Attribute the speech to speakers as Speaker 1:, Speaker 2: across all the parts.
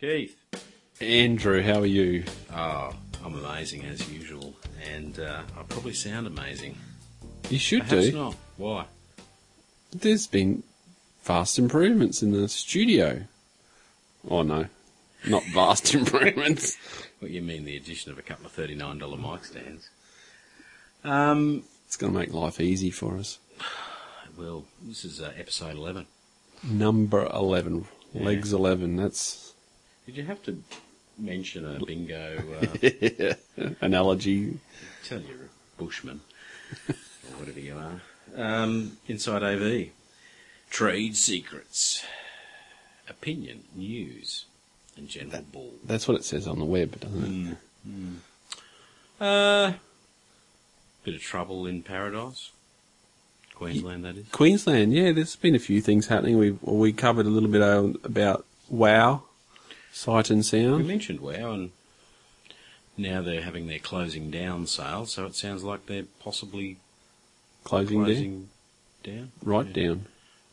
Speaker 1: Keith.
Speaker 2: Andrew, how are you?
Speaker 1: Oh, I'm amazing as usual, and uh, I probably sound amazing.
Speaker 2: You should
Speaker 1: Perhaps
Speaker 2: do.
Speaker 1: not. Why?
Speaker 2: There's been vast improvements in the studio. Oh no, not vast improvements.
Speaker 1: What you mean the addition of a couple of thirty-nine dollar mic stands? Um,
Speaker 2: It's going to make life easy for us.
Speaker 1: well, this is uh, episode eleven.
Speaker 2: Number eleven,
Speaker 1: Yeah.
Speaker 2: legs eleven. That's
Speaker 1: Did you have to mention a bingo? Uh,
Speaker 2: analogy.
Speaker 1: tell you're a bushman or whatever you are. Um, inside AV, trade secrets, opinion, news, and general ball.
Speaker 2: That's what it says on the web, doesn't it?
Speaker 1: Uh, bit of trouble in paradise. Queensland, that is.
Speaker 2: Queensland. Yeah, there's been a few things happening. We we covered a little bit o- about Wow, Sight and
Speaker 1: We
Speaker 2: Sound.
Speaker 1: mentioned WoW, and now they're having their closing down sale, so it sounds like they're possibly
Speaker 2: Closing, down,
Speaker 1: closing down.
Speaker 2: right down.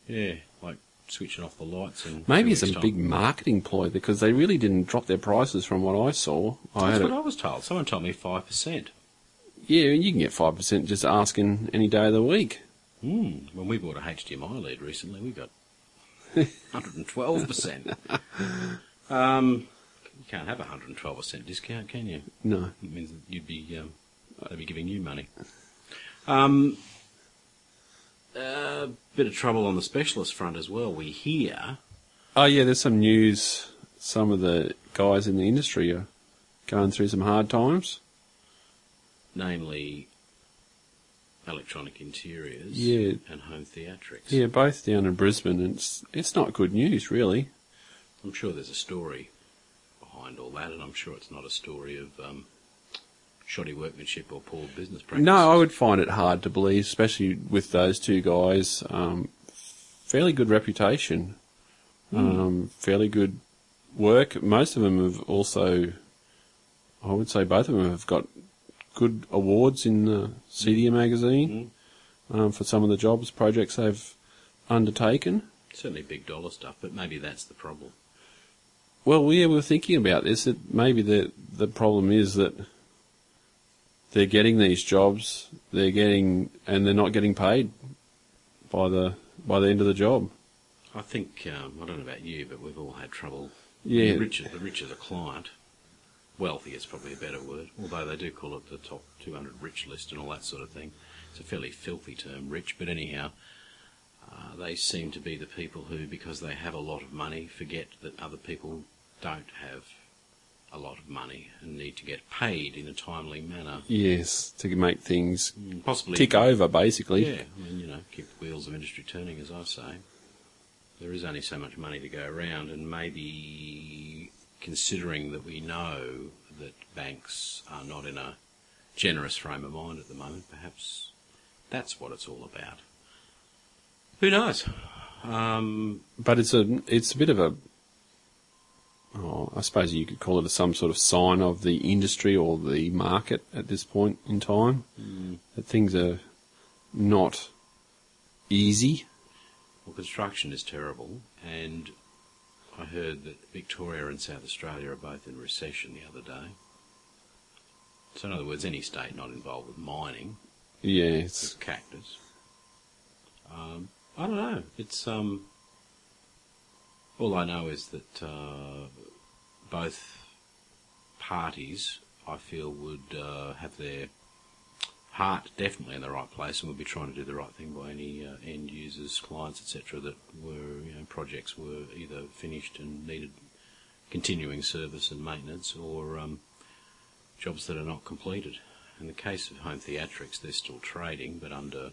Speaker 1: Yeah, like switching off the lights and
Speaker 2: Maybe
Speaker 1: two
Speaker 2: it's
Speaker 1: weeks'
Speaker 2: a
Speaker 1: time.
Speaker 2: big marketing ploy because they really didn't drop their prices from what I saw.
Speaker 1: That's
Speaker 2: I had
Speaker 1: what
Speaker 2: it,
Speaker 1: I was told. Someone told me five percent.
Speaker 2: yeah, and you can get five percent just asking any day of the week.
Speaker 1: Mm. When we bought a HDMI lead recently, we got 112%. um, you can't have a 112% discount, can you?
Speaker 2: No,
Speaker 1: It means that you'd be, um, they'd be giving you money. Um, uh, bit of trouble on the specialist front as well. We hear
Speaker 2: oh yeah, there's some news. Some of the guys in the industry are going through some hard times.
Speaker 1: namely electronic interiors
Speaker 2: Yeah.
Speaker 1: and home theatrics.
Speaker 2: Yeah, both down in Brisbane, and it's it's not good news really.
Speaker 1: I'm sure there's a story behind all that, and I'm sure it's not a story of um, shoddy workmanship or poor business practices.
Speaker 2: No, I would find it hard to believe, especially with those two guys. Um, fairly good reputation, um, fairly good work. Most of them have also, I would say, both of them have got good awards in the Cedia magazine um, for some of the jobs projects they've undertaken.
Speaker 1: certainly big dollar stuff, but maybe that's the problem.
Speaker 2: Well, yeah, we were thinking about this. That maybe the the problem is that they're getting these jobs, they're getting, and they're not getting paid by the by the end of the job.
Speaker 1: I think um, I don't know about you, but we've all had trouble.
Speaker 2: Yeah.
Speaker 1: the richer the richer the client, wealthy is probably a better word. Although they do call it the top 200 rich list and all that sort of thing. It's a fairly filthy term, rich, but anyhow. Uh, they seem to be the people who, because they have a lot of money, forget that other people don't have a lot of money and need to get paid in a timely manner.
Speaker 2: Yes, to make things
Speaker 1: Possibly
Speaker 2: tick over, basically.
Speaker 1: yeah, I mean, you know, keep the wheels of industry turning, as I say. There is only so much money to go around, and maybe considering that we know that banks are not in a generous frame of mind at the moment, perhaps that's what it's all about. Who knows? Um,
Speaker 2: But it's a it's a bit of a, oh, I suppose you could call it a, some sort of sign of the industry or the market at this point in time that things are not easy.
Speaker 1: well, construction is terrible, and I heard that Victoria and South Australia are both in recession the other day. So, in other words, any state not involved with mining
Speaker 2: Yeah, it's
Speaker 1: It's cactus. Um, I don't know. It's um. All I know is that uh, both parties, I feel, would uh, have their heart definitely in the right place and would be trying to do the right thing by any uh, end users, clients, etc. That were you know, projects were either finished and needed continuing service and maintenance, or um, jobs that are not completed. In the case of home theatrics, they're still trading, but under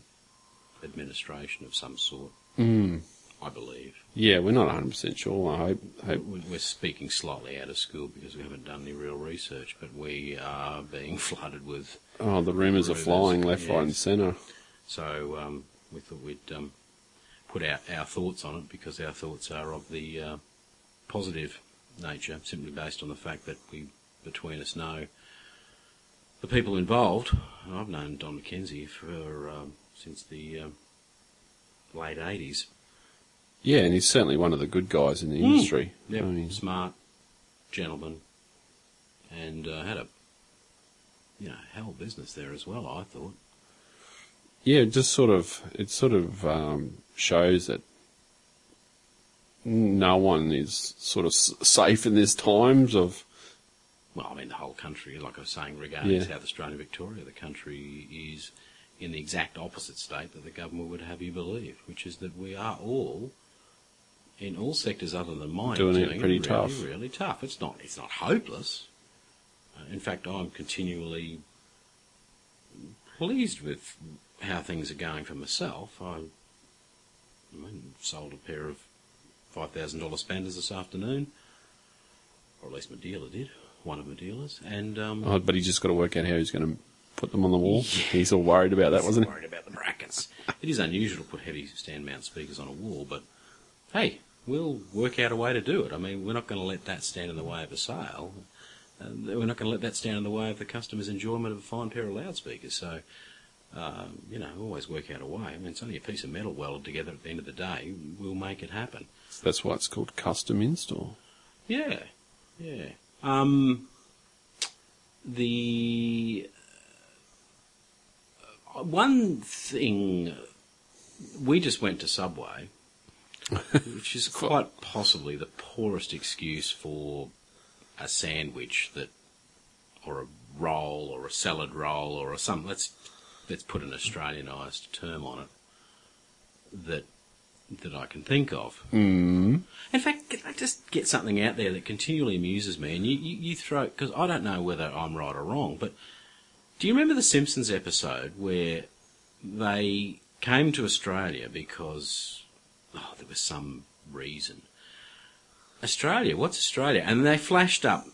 Speaker 1: administration of some sort,
Speaker 2: Mm.
Speaker 1: I believe.
Speaker 2: Yeah, we're not 100% sure. I hope. hope.
Speaker 1: We- We're speaking slightly out of school because we haven't done any real research, but we are being flooded with.
Speaker 2: Oh, the rumours are
Speaker 1: Rumours,
Speaker 2: flying left, right, and
Speaker 1: yes.
Speaker 2: centre.
Speaker 1: So um, we thought we'd um, put out our thoughts on it because our thoughts are of the uh, positive nature, simply based on the fact that we, between us, know the people involved. And I've known Don McKenzie for um, since the um late 80s.
Speaker 2: Mm. Yeah, and he's certainly one of the good guys in the industry.
Speaker 1: Yep.
Speaker 2: I mean,
Speaker 1: Smart, gentleman, and uh, had a you know hell business there as well. I thought.
Speaker 2: yeah, it just sort of it sort of um, shows that no one is sort of s- safe in these times of
Speaker 1: Well, I mean the whole country, like I was saying, regarding
Speaker 2: Yeah.
Speaker 1: South Australia, Victoria, the country is in the exact opposite state that the government would have you believe, which is that we are all. In all sectors other than mining,
Speaker 2: Doing it pretty
Speaker 1: really,
Speaker 2: tough.
Speaker 1: Really tough. It's not. It's not hopeless. Uh, In fact, I'm continually pleased with how things are going for myself. I, I mean, sold a pair of five thousand dollar spenders this afternoon, or at least my dealer did. One of my dealers, and um,
Speaker 2: oh, but he's just got to work out how he's going to put them on the wall. He's all worried about Oh, that, wasn't he?
Speaker 1: worried about the brackets. it is unusual to put heavy stand mount speakers on a wall, but hey, we'll work out a way to do it. I mean, we're not going to let that stand in the way of a sale. Uh, we're not going to let that stand in the way of the customer's enjoyment of a fine pair of loudspeakers. So, uh, you know, always work out a way. I mean, it's only a piece of metal welded together at the end of the day. We'll make it happen.
Speaker 2: That's why it's called custom install.
Speaker 1: Yeah, yeah. Um, the uh, one thing we just went to Subway, which is quite possibly the poorest excuse for a sandwich that, or a roll, or a salad roll, or a some. Let's let's put an Australianised term on it that that I can think of.
Speaker 2: Mm.
Speaker 1: In fact, can I just get something out there that continually amuses me, and you, you, you throw because I don't know whether I'm right or wrong, but do you remember the Simpsons episode where they came to Australia because oh, there was some reason? Australia, what's Australia? And they flashed up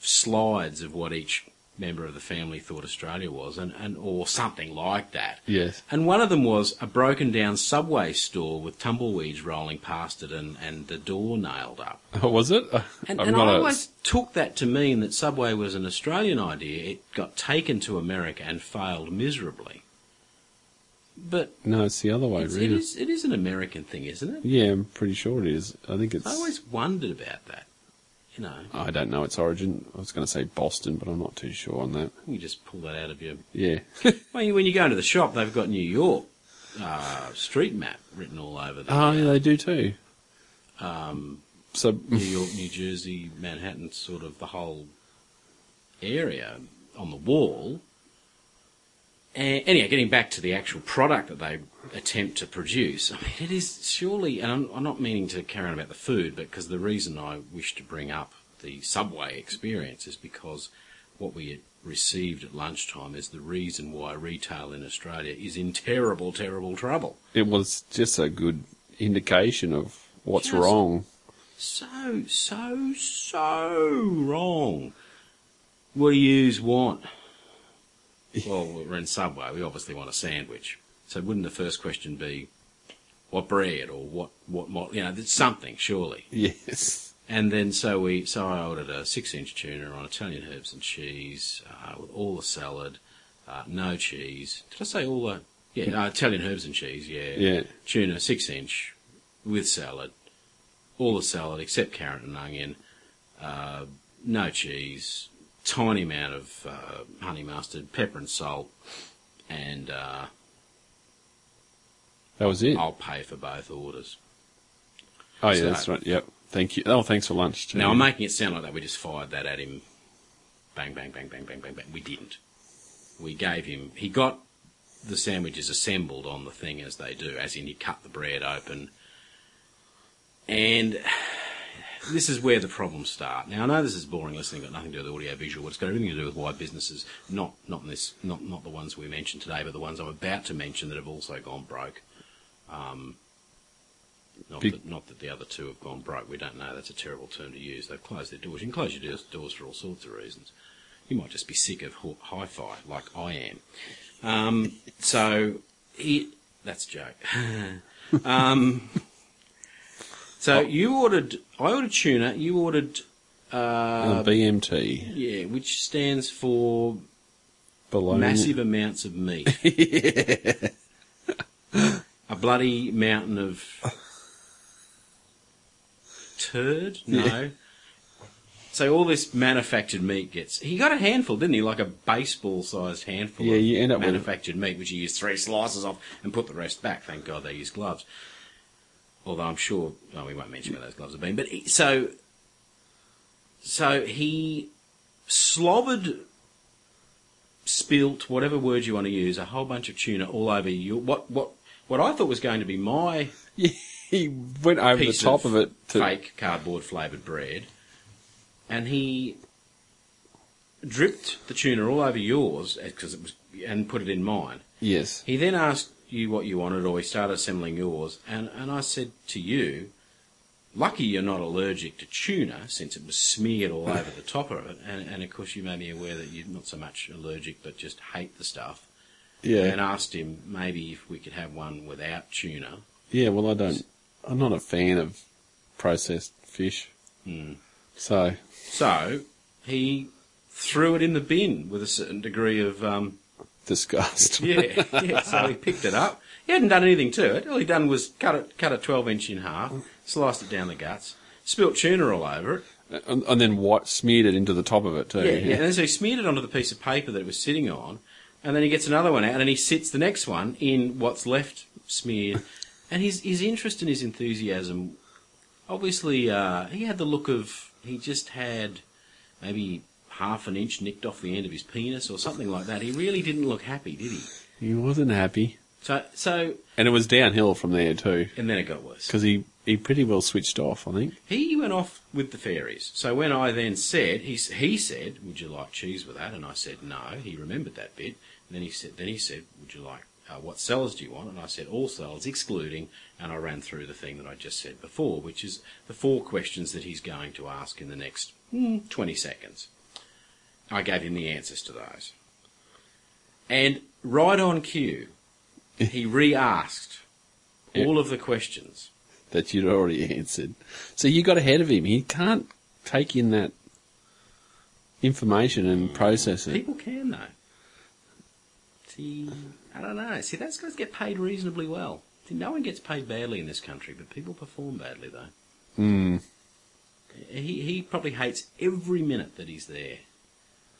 Speaker 1: slides of what each member of the family thought Australia was, and, and or something like that.
Speaker 2: Yes.
Speaker 1: And one of them was a broken down subway store with tumbleweeds rolling past it and, and the door nailed up.
Speaker 2: Oh, was it?
Speaker 1: And,
Speaker 2: I'm
Speaker 1: and
Speaker 2: not
Speaker 1: I
Speaker 2: a-
Speaker 1: always took that to mean that Subway was an Australian idea. It got taken to America and failed miserably. But
Speaker 2: No, it's the other way,
Speaker 1: it's, it,
Speaker 2: really.
Speaker 1: is, it is an American thing, isn't it?
Speaker 2: Yeah, I'm pretty sure it is. I think it's.
Speaker 1: I always wondered about that. You know,
Speaker 2: I don't know its origin. I was going to say Boston, but I'm not too sure on that.
Speaker 1: you just pull that out of your
Speaker 2: Yeah.
Speaker 1: Well, you- when you go into the shop, they've got New York uh, street map written all over them.
Speaker 2: Oh, yeah, they do too. Um, so,
Speaker 1: New York, New Jersey, Manhattan, sort of the whole area on the wall. And anyhow, getting back to the actual product that they attempt to produce, I mean, it is surely, and I'm, I'm not meaning to carry on about the food, but because the reason I wish to bring up the subway experience is because what we received at lunchtime is the reason why retail in Australia is in terrible, terrible trouble.
Speaker 2: it was just a good indication of what's
Speaker 1: Just-
Speaker 2: wrong.
Speaker 1: so, so, so wrong. What do yous want? Well, we're in Subway. We obviously want a sandwich. So wouldn't the first question be, what bread or what, what, what you know, there's something, surely.
Speaker 2: Yes.
Speaker 1: And then so we, so I ordered a six-inch tuna on Italian herbs and cheese uh, with all the salad, uh, no cheese. Did I say all the? Yeah, uh, Italian herbs and cheese. Yeah,
Speaker 2: Yeah.
Speaker 1: Tuna six-inch with salad, all the salad except carrot and onion, uh, no cheese, tiny amount of uh, honey mustard, pepper and salt, and uh,
Speaker 2: That was it. Oh,
Speaker 1: I'll pay for both orders.
Speaker 2: yeah,
Speaker 1: so-
Speaker 2: that's right. Yep. Thank you. Oh, thanks for lunch, too.
Speaker 1: Now I'm making it sound like that we just fired that at him. Bang, bang, bang, bang, bang, bang, bang. We didn't. We gave him. He got the sandwiches assembled on the thing as they do, as in he cut the bread open. And this is where the problems start. Now I know this is boring listening, got nothing to do with audio visual. It's got everything to do with why businesses, not not in this, not not the ones we mentioned today, but the ones I'm about to mention that have also gone broke. Not,
Speaker 2: Be-
Speaker 1: that, not that the other two have gone broke. We don't know. That's a terrible term to use. They've closed their doors. You can close your doors, doors for all sorts of reasons. You might just be sick of ho- hi-fi, like I am. Um, so, he, that's a joke. um, so you ordered. I ordered tuna. You ordered.
Speaker 2: Uh,
Speaker 1: Uh,
Speaker 2: BMT.
Speaker 1: yeah, which stands for
Speaker 2: Below.
Speaker 1: massive amounts of meat. A bloody mountain of turd? No. So all this manufactured meat gets. He got a handful, didn't he? Like a baseball-sized handful.
Speaker 2: Yeah,
Speaker 1: of
Speaker 2: you end up with-
Speaker 1: manufactured meat, which he used three slices off and put the rest back. Thank God they used gloves. Although I'm sure, oh, we won't mention where those gloves have been. But he, so, so he slobbered, spilt, whatever word you want to use, a whole bunch of tuna all over you. What what what I thought was going to be my
Speaker 2: He went over the
Speaker 1: piece
Speaker 2: top of, it to
Speaker 1: fake cardboard flavored bread, and he dripped the tuna all over yours because it was and put it in mine.
Speaker 2: yes.
Speaker 1: He then asked you what you wanted, or he started assembling yours, and, and I said to you, "Lucky you're not allergic to tuna, since it was smeared all over the top of it." And, and of course, you made me aware that you're not so much allergic, but just hate the stuff.
Speaker 2: Yeah,
Speaker 1: And uh, asked him maybe if we could have one without tuna.
Speaker 2: yeah. Well, I don't. I'm not a fan of processed fish.
Speaker 1: Hmm.
Speaker 2: So
Speaker 1: So he threw it in the bin with a certain degree of um,
Speaker 2: disgust.
Speaker 1: yeah, yeah. So he picked it up. He hadn't done anything to it. All he'd done was cut it, cut it twelve inch in half, sliced it down the guts, spilt tuna all over it.
Speaker 2: and, and then white smeared it into the top of it too.
Speaker 1: Yeah, yeah. And then so he smeared it onto the piece of paper that it was sitting on, and then he gets another one out, and he sits the next one in what's left smeared, and his his interest and his enthusiasm, obviously, uh, he had the look of he just had maybe half an inch nicked off the end of his penis or something like that. He really didn't look happy, did he?
Speaker 2: He wasn't happy,
Speaker 1: So so,
Speaker 2: and it was downhill from there too
Speaker 1: and then it got worse.
Speaker 2: because he he pretty well switched off. I think.
Speaker 1: He went off with the fairies. So when I then said, he, s- he said, "Would you like cheese with that?" And I said, "No." He remembered that bit. And then he said, "Then he said, would you like uh, what cells do you want?" And I said, "All cells, excluding." And I ran through the thing that I just said before, which is the four questions that he's going to ask in the next mm, twenty seconds. I gave him the answers to those, and right on cue, he re-asked
Speaker 2: Yeah.
Speaker 1: all of the questions.
Speaker 2: that you'd already answered. So you got ahead of him. He can't take in that information and process it.
Speaker 1: People can though. See, I don't know. See, those guys get paid reasonably well. See, no one gets paid badly in this country, but people perform badly though.
Speaker 2: Mm.
Speaker 1: He he probably hates every minute that he's there,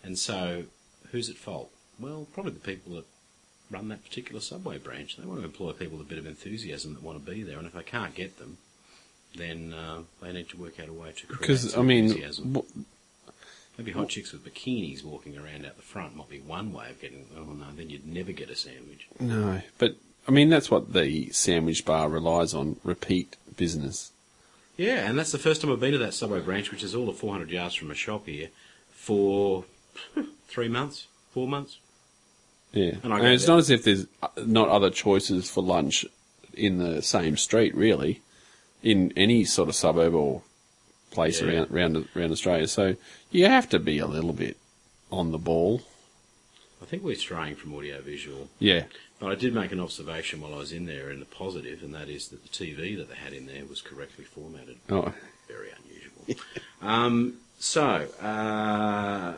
Speaker 1: and so who's at fault? Well, probably the people that run that particular subway branch. They want to employ people with a bit of enthusiasm that want to be there, and if they can't get them, then uh, they need to work out a way to create
Speaker 2: Because
Speaker 1: some
Speaker 2: I mean,
Speaker 1: enthusiasm.
Speaker 2: w-
Speaker 1: Maybe hot chicks with bikinis walking around out the front might be one way of getting. Oh no, then you'd never get a sandwich.
Speaker 2: no, but I mean that's what the sandwich bar relies on: repeat business.
Speaker 1: Yeah, and that's the first time I've been to that subway branch, which is all of 400 yards from a shop here, for three months, four months.
Speaker 2: Yeah,
Speaker 1: And I
Speaker 2: and
Speaker 1: go
Speaker 2: it's
Speaker 1: there.
Speaker 2: not as if there's uh, not other choices for lunch in the same street, really, in any sort of suburb or place
Speaker 1: Yeah.
Speaker 2: around, around around Australia. So you have to be a little bit on the ball.
Speaker 1: I think we're straying from audiovisual,
Speaker 2: Yeah,
Speaker 1: but I did make an observation while I was in there in the positive, and that is that the TV that they had in there was correctly formatted.
Speaker 2: oh,
Speaker 1: Very unusual. um, so, uh,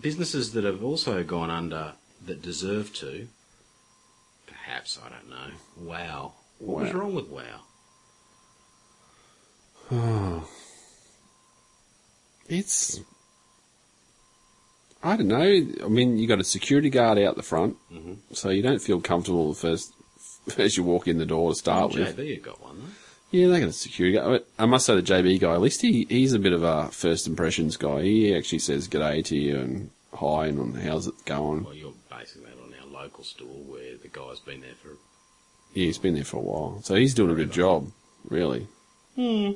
Speaker 1: businesses that have also gone under that deserve to, perhaps, I don't know. Wow. What was
Speaker 2: Wow.
Speaker 1: wrong with Wow?
Speaker 2: it's I don't know. I mean, you got a security guard out the front,
Speaker 1: Mm-hmm.
Speaker 2: so you don't feel comfortable the first as you walk in the door to start Uh, with.
Speaker 1: JB had got one, though.
Speaker 2: Yeah, they got a security guy. I must say the JB guy, at least he, he's a bit of a first impressions guy. He actually says g'day to you and hi and on how's it going.
Speaker 1: Well, you're basing that on our local store where the guy's been there for.
Speaker 2: Yeah, he's been there for a while. So he's doing a good job, really. Hmm.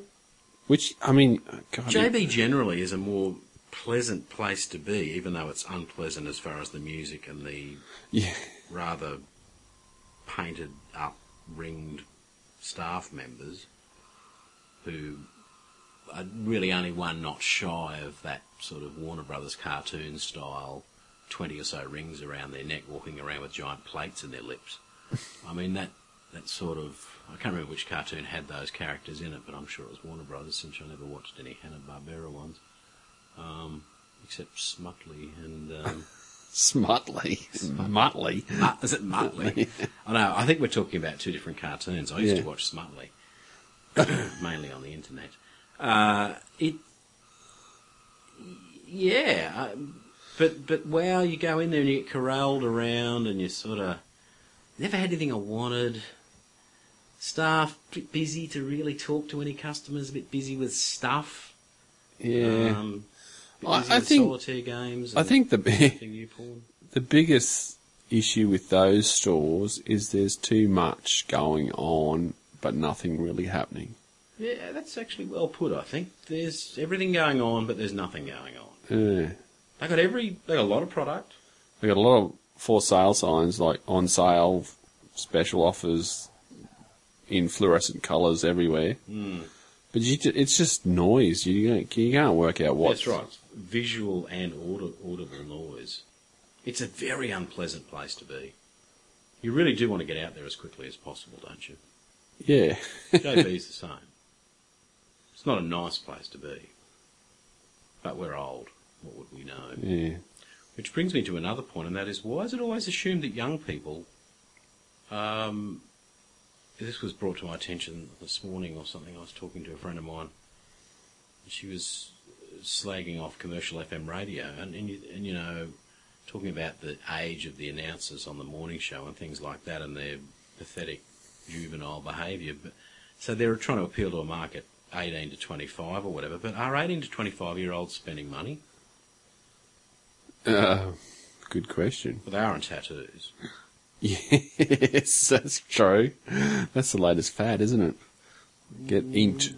Speaker 2: Which, I mean, God,
Speaker 1: JB generally is a more pleasant place to be, even though it's unpleasant as far as the music and the
Speaker 2: Yeah,
Speaker 1: rather painted up, ringed staff members who are really only one not shy of that sort of Warner Brothers cartoon style 20 or so rings around their neck walking around with giant plates in their lips. I mean, that, that sort of. I can't remember which cartoon had those characters in it, but I'm sure it was Warner Brothers since I never watched any Hanna-Barbera ones. Um, except Smutley and. Um,
Speaker 2: Smutley. Smutley.
Speaker 1: Mut- is it Muttley? I know. I think we're talking about two different cartoons. I used
Speaker 2: Yeah.
Speaker 1: to watch Smutley, mainly on the internet. Uh, it yeah, um, but but wow, you go in there and you get corralled around, and you sort of never had anything I wanted. Staff bit busy to really talk to any customers, a bit busy with stuff.
Speaker 2: Yeah.
Speaker 1: Um, bit
Speaker 2: I-
Speaker 1: busy
Speaker 2: I
Speaker 1: with
Speaker 2: think-
Speaker 1: solitaire games.
Speaker 2: I
Speaker 1: and
Speaker 2: think the
Speaker 1: nothing new porn.
Speaker 2: the biggest issue with those stores is there's too much going on, but nothing really happening.
Speaker 1: Yeah, that's actually well put. I think there's everything going on, but there's nothing going on.
Speaker 2: Yeah.
Speaker 1: They got every they got a lot of product.
Speaker 2: They got a lot of for sale signs like on sale, special offers, in fluorescent colours everywhere.
Speaker 1: Hmm.
Speaker 2: But you, ju- it's just noise. You can't, you can't work out what.
Speaker 1: That's right. Visual and audi- audible noise. It's a very unpleasant place to be. You really do want to get out there as quickly as possible, don't you?
Speaker 2: Yeah.
Speaker 1: JB's the same. It's not a nice place to be. But we're old. What would we know?
Speaker 2: Yeah.
Speaker 1: Which brings me to another point, and that is why is it always assumed that young people. Um, this was brought to my attention this morning or something. I was talking to a friend of mine. She was slagging off commercial FM radio, and, and, you, and you know, talking about the age of the announcers on the morning show and things like that, and their pathetic juvenile behaviour. But so they're trying to appeal to a market eighteen to twenty five or whatever. But are eighteen to twenty five year olds spending money?
Speaker 2: Uh, good question.
Speaker 1: Well, they are on tattoos.
Speaker 2: Yes, that's true. That's the latest fad, isn't it? Get
Speaker 1: Hmm.
Speaker 2: inked.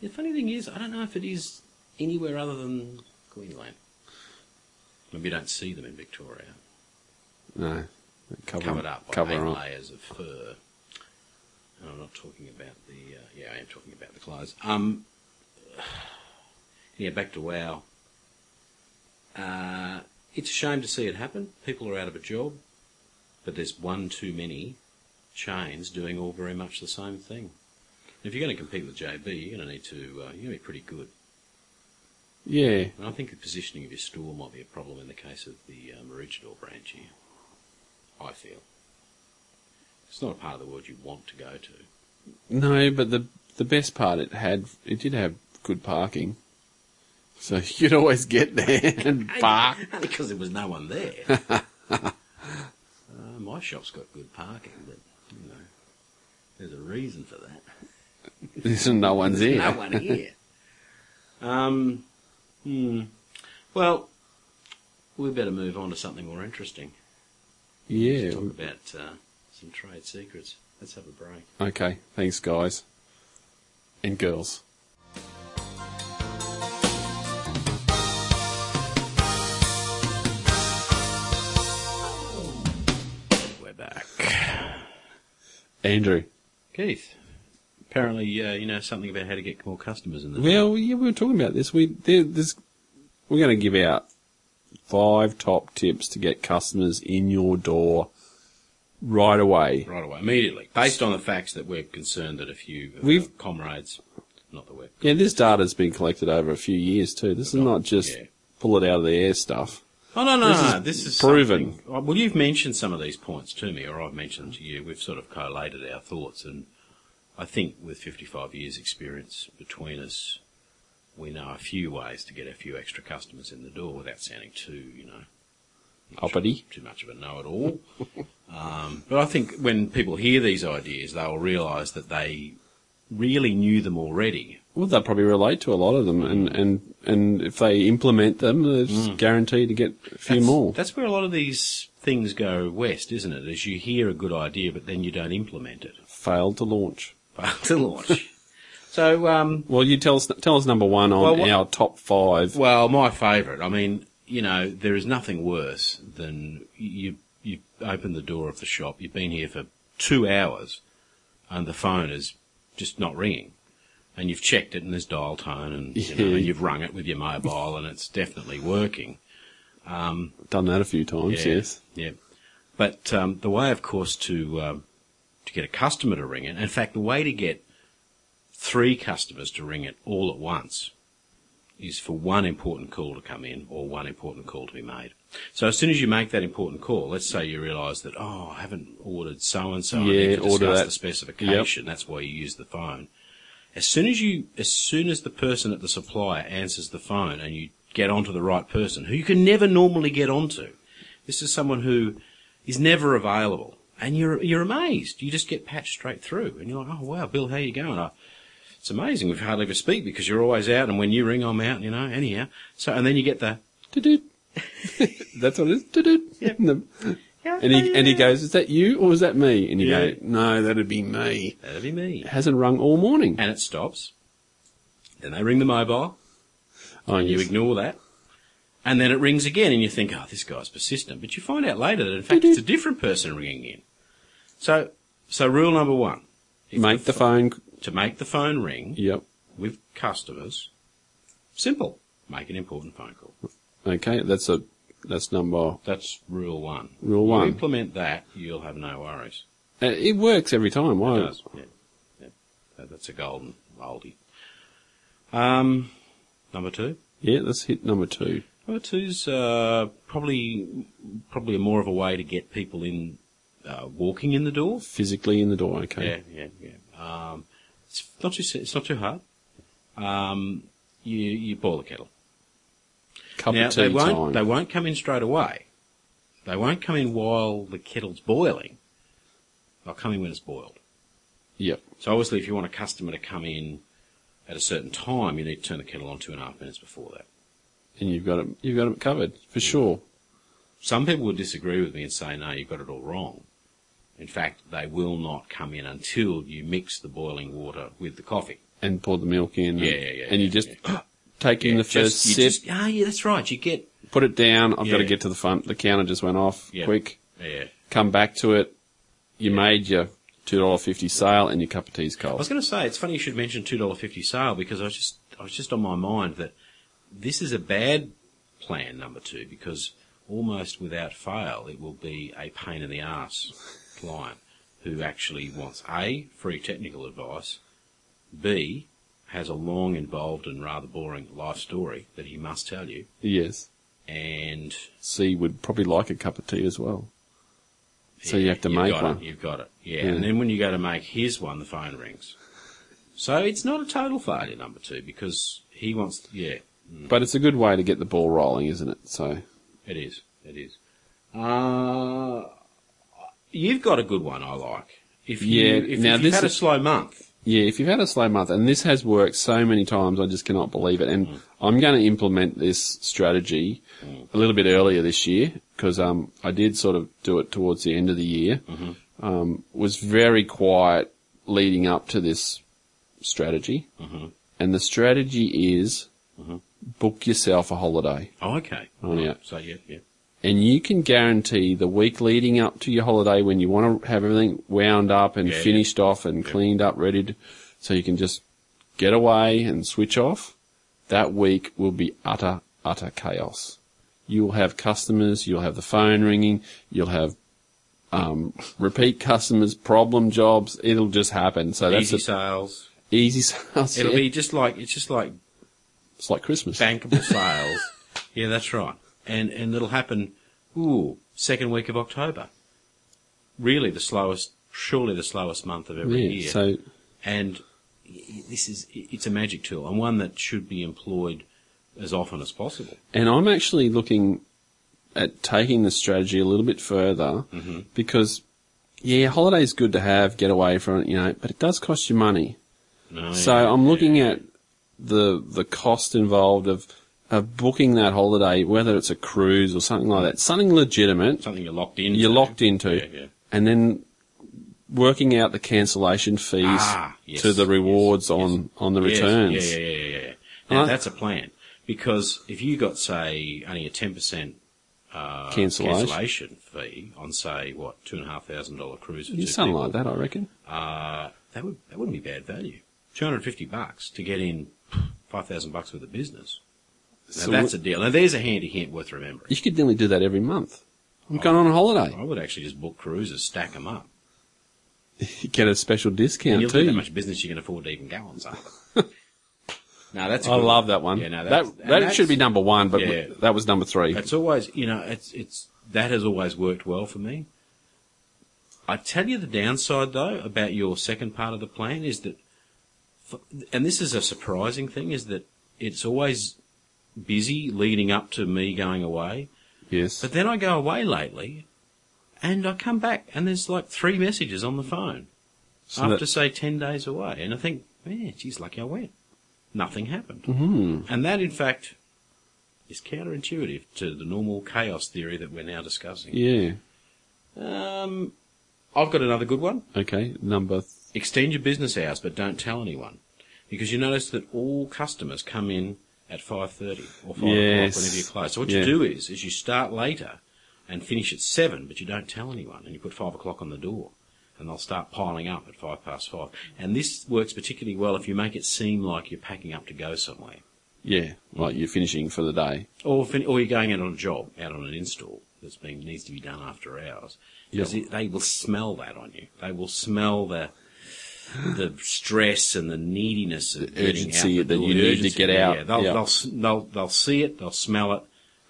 Speaker 1: The funny thing is, I don't know if it is anywhere other than Queensland. Maybe you don't see them in Victoria.
Speaker 2: No. Cover,
Speaker 1: Covered up by
Speaker 2: Cover
Speaker 1: eight
Speaker 2: up.
Speaker 1: layers of fur. And I'm not talking about the. Uh, yeah, I am talking about the clothes. Um. Yeah, back to WoW. Uh, it's a shame to see it happen. People are out of a job, but there's one too many chains doing all very much the same thing. If you're going to compete with JB, you're going to need to. Uh, you're going to be pretty good.
Speaker 2: Yeah.
Speaker 1: And I think the positioning of your store might be a problem in the case of the um, original branch here. I feel. It's not a part of the world you want to go to.
Speaker 2: No, but the the best part it had, it did have good parking. So you could always get there and park.
Speaker 1: Because there was no one there. uh, my shop's got good parking, but, you know, there's a reason for that.
Speaker 2: There's no one's
Speaker 1: There's
Speaker 2: here.
Speaker 1: No one here. um, hmm. Well, we better move on to something more interesting.
Speaker 2: Yeah.
Speaker 1: Let's talk about uh, some trade secrets. Let's have a break.
Speaker 2: Okay. Thanks, guys. And girls.
Speaker 1: We're back.
Speaker 2: Andrew.
Speaker 1: Keith, apparently uh, you know something about how to get more customers in the
Speaker 2: Well, yeah, we were talking about this. We there, there's, we're going to give out five top tips to get customers in your door right away.
Speaker 1: right away, immediately, based on the facts that we're concerned that a few of
Speaker 2: We've-
Speaker 1: our comrades, not the web,
Speaker 2: Yeah, this data's been collected over a few years too. This is not just
Speaker 1: Yeah.
Speaker 2: pull it out of the air stuff.
Speaker 1: Oh no, no,
Speaker 2: This
Speaker 1: no,
Speaker 2: is
Speaker 1: no, this is
Speaker 2: proven.
Speaker 1: something- oh, Well, you've mentioned some of these points to me, or I've mentioned to you. We've sort of collated our thoughts, and I think with 55 years' experience between us, we know a few ways to get a few extra customers in the door without sounding too, you know,
Speaker 2: Uppity.
Speaker 1: too much of a know-it-all. um, but I think when people hear these ideas, they will realise that they really knew them already.
Speaker 2: Well, they'll probably relate to a lot of them, and and and if they implement them, it's guaranteed to get a few
Speaker 1: that's,
Speaker 2: more.
Speaker 1: That's where a lot of these things go west, isn't it? Is you hear a good idea, but then you don't implement it.
Speaker 2: Failed to launch.
Speaker 1: Failed to launch. so, um,
Speaker 2: Well, you tell us tell us number one on
Speaker 1: Well, what-
Speaker 2: our top five.
Speaker 1: well, my favourite. I mean, you know, there is nothing worse than you. You open the door of the shop. You've been here for two hours, and the phone is just not ringing. And you've checked it, and there's dial tone, and you know,
Speaker 2: Yeah.
Speaker 1: and you've rung it with your mobile, and it's definitely working.
Speaker 2: Done that a few times.
Speaker 1: Yeah,
Speaker 2: Yes.
Speaker 1: Yeah. But um, the way, of course, to um, to get a customer to ring it, in fact, the way to get three customers to ring it all at once is for one important call to come in or one important call to be made. So as soon as you make that important call, let's say you realise that oh, I haven't ordered so and so.
Speaker 2: Yeah,
Speaker 1: need to
Speaker 2: order
Speaker 1: discuss
Speaker 2: that.
Speaker 1: the specification. That's why you use the phone. As soon as you, as soon as the person at the supplier answers the phone and you get onto the right person, who you can never normally get onto. This is someone who is never available, and you're you're amazed. You just get patched straight through, and you're like, oh wow, Bill, how you going? I, it's amazing. We've hardly ever speak because you're always out, and when you ring, I'm out. You know, anyhow. So and then you get the
Speaker 2: Doo-doo. That's what it is. Doo-doo.
Speaker 1: Yep.
Speaker 2: And
Speaker 1: yeah,
Speaker 2: he and he
Speaker 1: goes,
Speaker 2: goes, "Is that you or is that me?" And you
Speaker 1: Yeah.
Speaker 2: go, "No, that'd be me."
Speaker 1: that'd be me.
Speaker 2: It hasn't rung all morning.
Speaker 1: And it stops. Then they ring the mobile.
Speaker 2: Oh,
Speaker 1: You
Speaker 2: yes.
Speaker 1: ignore that. And then it rings again and you think, oh, this guy's persistent. But you find out later that in fact it's a different person ringing in. So, so rule number one. if
Speaker 2: make the phone.
Speaker 1: To make the phone ring
Speaker 2: Yep.
Speaker 1: with customers, simple. Make an important phone call.
Speaker 2: Okay, that's a that's number.
Speaker 1: That's rule one.
Speaker 2: Rule
Speaker 1: You
Speaker 2: one.
Speaker 1: implement that, you'll have no worries.
Speaker 2: Uh, It works every time. Why?
Speaker 1: It does, yeah. Yeah. So That's a golden oldie. Um, number two.
Speaker 2: Yeah, that's hit number two.
Speaker 1: Number two's uh, probably probably more of a way to get people in uh, walking in the door.
Speaker 2: Physically in the door. Okay.
Speaker 1: Yeah, yeah, yeah. Um, it's not too it's not too hard. Um, you you boil the kettle.
Speaker 2: Cup
Speaker 1: now
Speaker 2: of tea
Speaker 1: they won't
Speaker 2: time.
Speaker 1: they won't come in straight away. They won't come in while the kettle's boiling. They'll come in when it's boiled.
Speaker 2: Yep.
Speaker 1: So obviously, if you want a customer to come in at a certain time, you need to turn the kettle on two and a half minutes before that.
Speaker 2: And you've got it. You've got it covered for sure.
Speaker 1: Some people would disagree with me and say, no, you've got it all wrong. In fact, they will not come in until you mix the boiling water with the coffee.
Speaker 2: And pour the milk in.
Speaker 1: Yeah,
Speaker 2: and,
Speaker 1: yeah, yeah,
Speaker 2: And you
Speaker 1: yeah,
Speaker 2: just take in the first
Speaker 1: you
Speaker 2: sip,
Speaker 1: just- ah, yeah, that's right. You get,
Speaker 2: put it down. I've got to
Speaker 1: Yeah.
Speaker 2: get to the front. The counter just went off.
Speaker 1: Yeah.
Speaker 2: Quick.
Speaker 1: yeah.
Speaker 2: Come back to it. You made your two dollar fifty sale, and your cup of tea's
Speaker 1: I was
Speaker 2: cold.
Speaker 1: going to say, it's funny you should mention $2.50 sale because I was just, I was just on my mind that this is a bad plan number two because almost without fail, it will be a pain in the ass client who actually wants A, free technical advice, B, has a long, involved, and rather boring life story that he must tell you,
Speaker 2: Yes.
Speaker 1: and
Speaker 2: C would probably like a cup of tea as well. So you have to
Speaker 1: you've
Speaker 2: make
Speaker 1: got
Speaker 2: one.
Speaker 1: It, you've got it. Yeah.
Speaker 2: Yeah.
Speaker 1: And then when you go to make his one, the phone rings. So it's not a total failure, number two, because he wants. Yeah,
Speaker 2: But it's a good way to get the ball rolling, isn't it? So
Speaker 1: it is. It is. Uh, you've got a good one I like. If you,
Speaker 2: Yeah,
Speaker 1: if,
Speaker 2: now
Speaker 1: if you've
Speaker 2: this
Speaker 1: had a
Speaker 2: is-
Speaker 1: slow month,
Speaker 2: yeah, if you've had a slow month, and this has worked so many times, I just cannot believe it. And I'm going to implement this strategy a little bit earlier this year because um, I did sort of do it towards the end of the year. Um, was very quiet leading up to this strategy,
Speaker 1: Mm-hmm.
Speaker 2: and the strategy is book yourself a holiday.
Speaker 1: oh, okay.
Speaker 2: Oh,
Speaker 1: Right.
Speaker 2: yeah.
Speaker 1: So, yeah, yeah.
Speaker 2: and you can guarantee the week leading up to your holiday when you want to have everything wound up and
Speaker 1: Yeah, yeah.
Speaker 2: finished off and cleaned up, ready to, so you can just get away and switch off. That week will be utter, utter chaos. You'll have customers, you'll have the phone ringing, you'll have um, repeat customers, problem jobs. It'll just happen. So that's
Speaker 1: Easy
Speaker 2: easy,
Speaker 1: sales.
Speaker 2: easy sales.
Speaker 1: It'll
Speaker 2: yeah.
Speaker 1: be just like, it's just like
Speaker 2: it's like Christmas.
Speaker 1: bankable sales. yeah, that's right. And and it'll happen. Ooh, second week of October. Really, the slowest, surely the slowest month of every
Speaker 2: Yeah,
Speaker 1: year.
Speaker 2: so
Speaker 1: and y- y- this is it's a magic tool and one that should be employed as often as possible.
Speaker 2: And I'm actually looking at taking the strategy a little bit further
Speaker 1: Mm-hmm.
Speaker 2: because, yeah, holiday's good to have, get away from it, you know, but it does cost you money.
Speaker 1: No, Oh, yeah,
Speaker 2: So I'm looking
Speaker 1: yeah.
Speaker 2: at the the cost involved of of booking that holiday, whether it's a cruise or something like that, something legitimate
Speaker 1: something you're locked in.
Speaker 2: you're locked into,
Speaker 1: Yeah, yeah.
Speaker 2: and then working out the cancellation fees
Speaker 1: Ah, yes,
Speaker 2: to the
Speaker 1: yes,
Speaker 2: rewards
Speaker 1: yes.
Speaker 2: on on the
Speaker 1: Yes,
Speaker 2: returns.
Speaker 1: Yeah, yeah, yeah, yeah. yeah. Now
Speaker 2: Right.
Speaker 1: that's a plan because if you got say only a ten percent uh,
Speaker 2: Cancellation.
Speaker 1: cancellation fee on say what two and a half thousand dollar cruise, for two
Speaker 2: Something
Speaker 1: people,
Speaker 2: like that, I reckon.
Speaker 1: uh, that would that wouldn't be bad value. Two hundred fifty bucks to get in five thousand bucks worth of business. Now
Speaker 2: So
Speaker 1: that's a deal. Now there's a handy hint worth remembering.
Speaker 2: You could nearly do that every month. I'm going on a holiday.
Speaker 1: I would actually just book cruises, stack them up.
Speaker 2: You get a special
Speaker 1: And
Speaker 2: discount
Speaker 1: you'll do that
Speaker 2: too.
Speaker 1: much business you can afford to even go on something. no, that's. a
Speaker 2: I
Speaker 1: good
Speaker 2: love that one.
Speaker 1: Yeah, no, that's,
Speaker 2: that
Speaker 1: and
Speaker 2: that
Speaker 1: that's-
Speaker 2: should be number one, but
Speaker 1: Yeah.
Speaker 2: that was number three.
Speaker 1: It's always, you know, it's it's that has always worked well for me. I tell you the downside though about your second part of the plan is that, f- and this is a surprising thing, is that it's always busy leading up to me going away.
Speaker 2: Yes.
Speaker 1: But then I go away lately and I come back and there's like three messages on the phone
Speaker 2: So
Speaker 1: after,
Speaker 2: that-
Speaker 1: say, 10 days away. And I think, man, she's lucky I went. Nothing happened.
Speaker 2: Hmm.
Speaker 1: And that, in fact, is counterintuitive to the normal chaos theory that we're now discussing.
Speaker 2: Yeah.
Speaker 1: Um, I've got another good one.
Speaker 2: Okay. Number. Th-
Speaker 1: Extend your business hours, but don't tell anyone, because you notice that all customers come in at five thirty or five o'clock
Speaker 2: Yes.
Speaker 1: whenever you close. So what
Speaker 2: Yeah.
Speaker 1: you do is, is you start later and finish at seven, but you don't tell anyone, and you put five o'clock on the door, and they'll start piling up at five past five. And this works particularly well if you make it seem like you're packing up to go somewhere.
Speaker 2: yeah. Like you're finishing for the day.
Speaker 1: Or, fin- or you're going out on a job, out on an install that's been needs to be done after hours. Because
Speaker 2: Yep.
Speaker 1: it- they will smell that on you. They will smell the the stress and the neediness of
Speaker 2: The
Speaker 1: getting
Speaker 2: urgency
Speaker 1: out the
Speaker 2: that
Speaker 1: door,
Speaker 2: you
Speaker 1: the
Speaker 2: need to
Speaker 1: urgency.
Speaker 2: get
Speaker 1: Yeah,
Speaker 2: out.
Speaker 1: Yeah, they'll,
Speaker 2: Yep.
Speaker 1: they'll, s- they'll they'll see it, they'll smell it,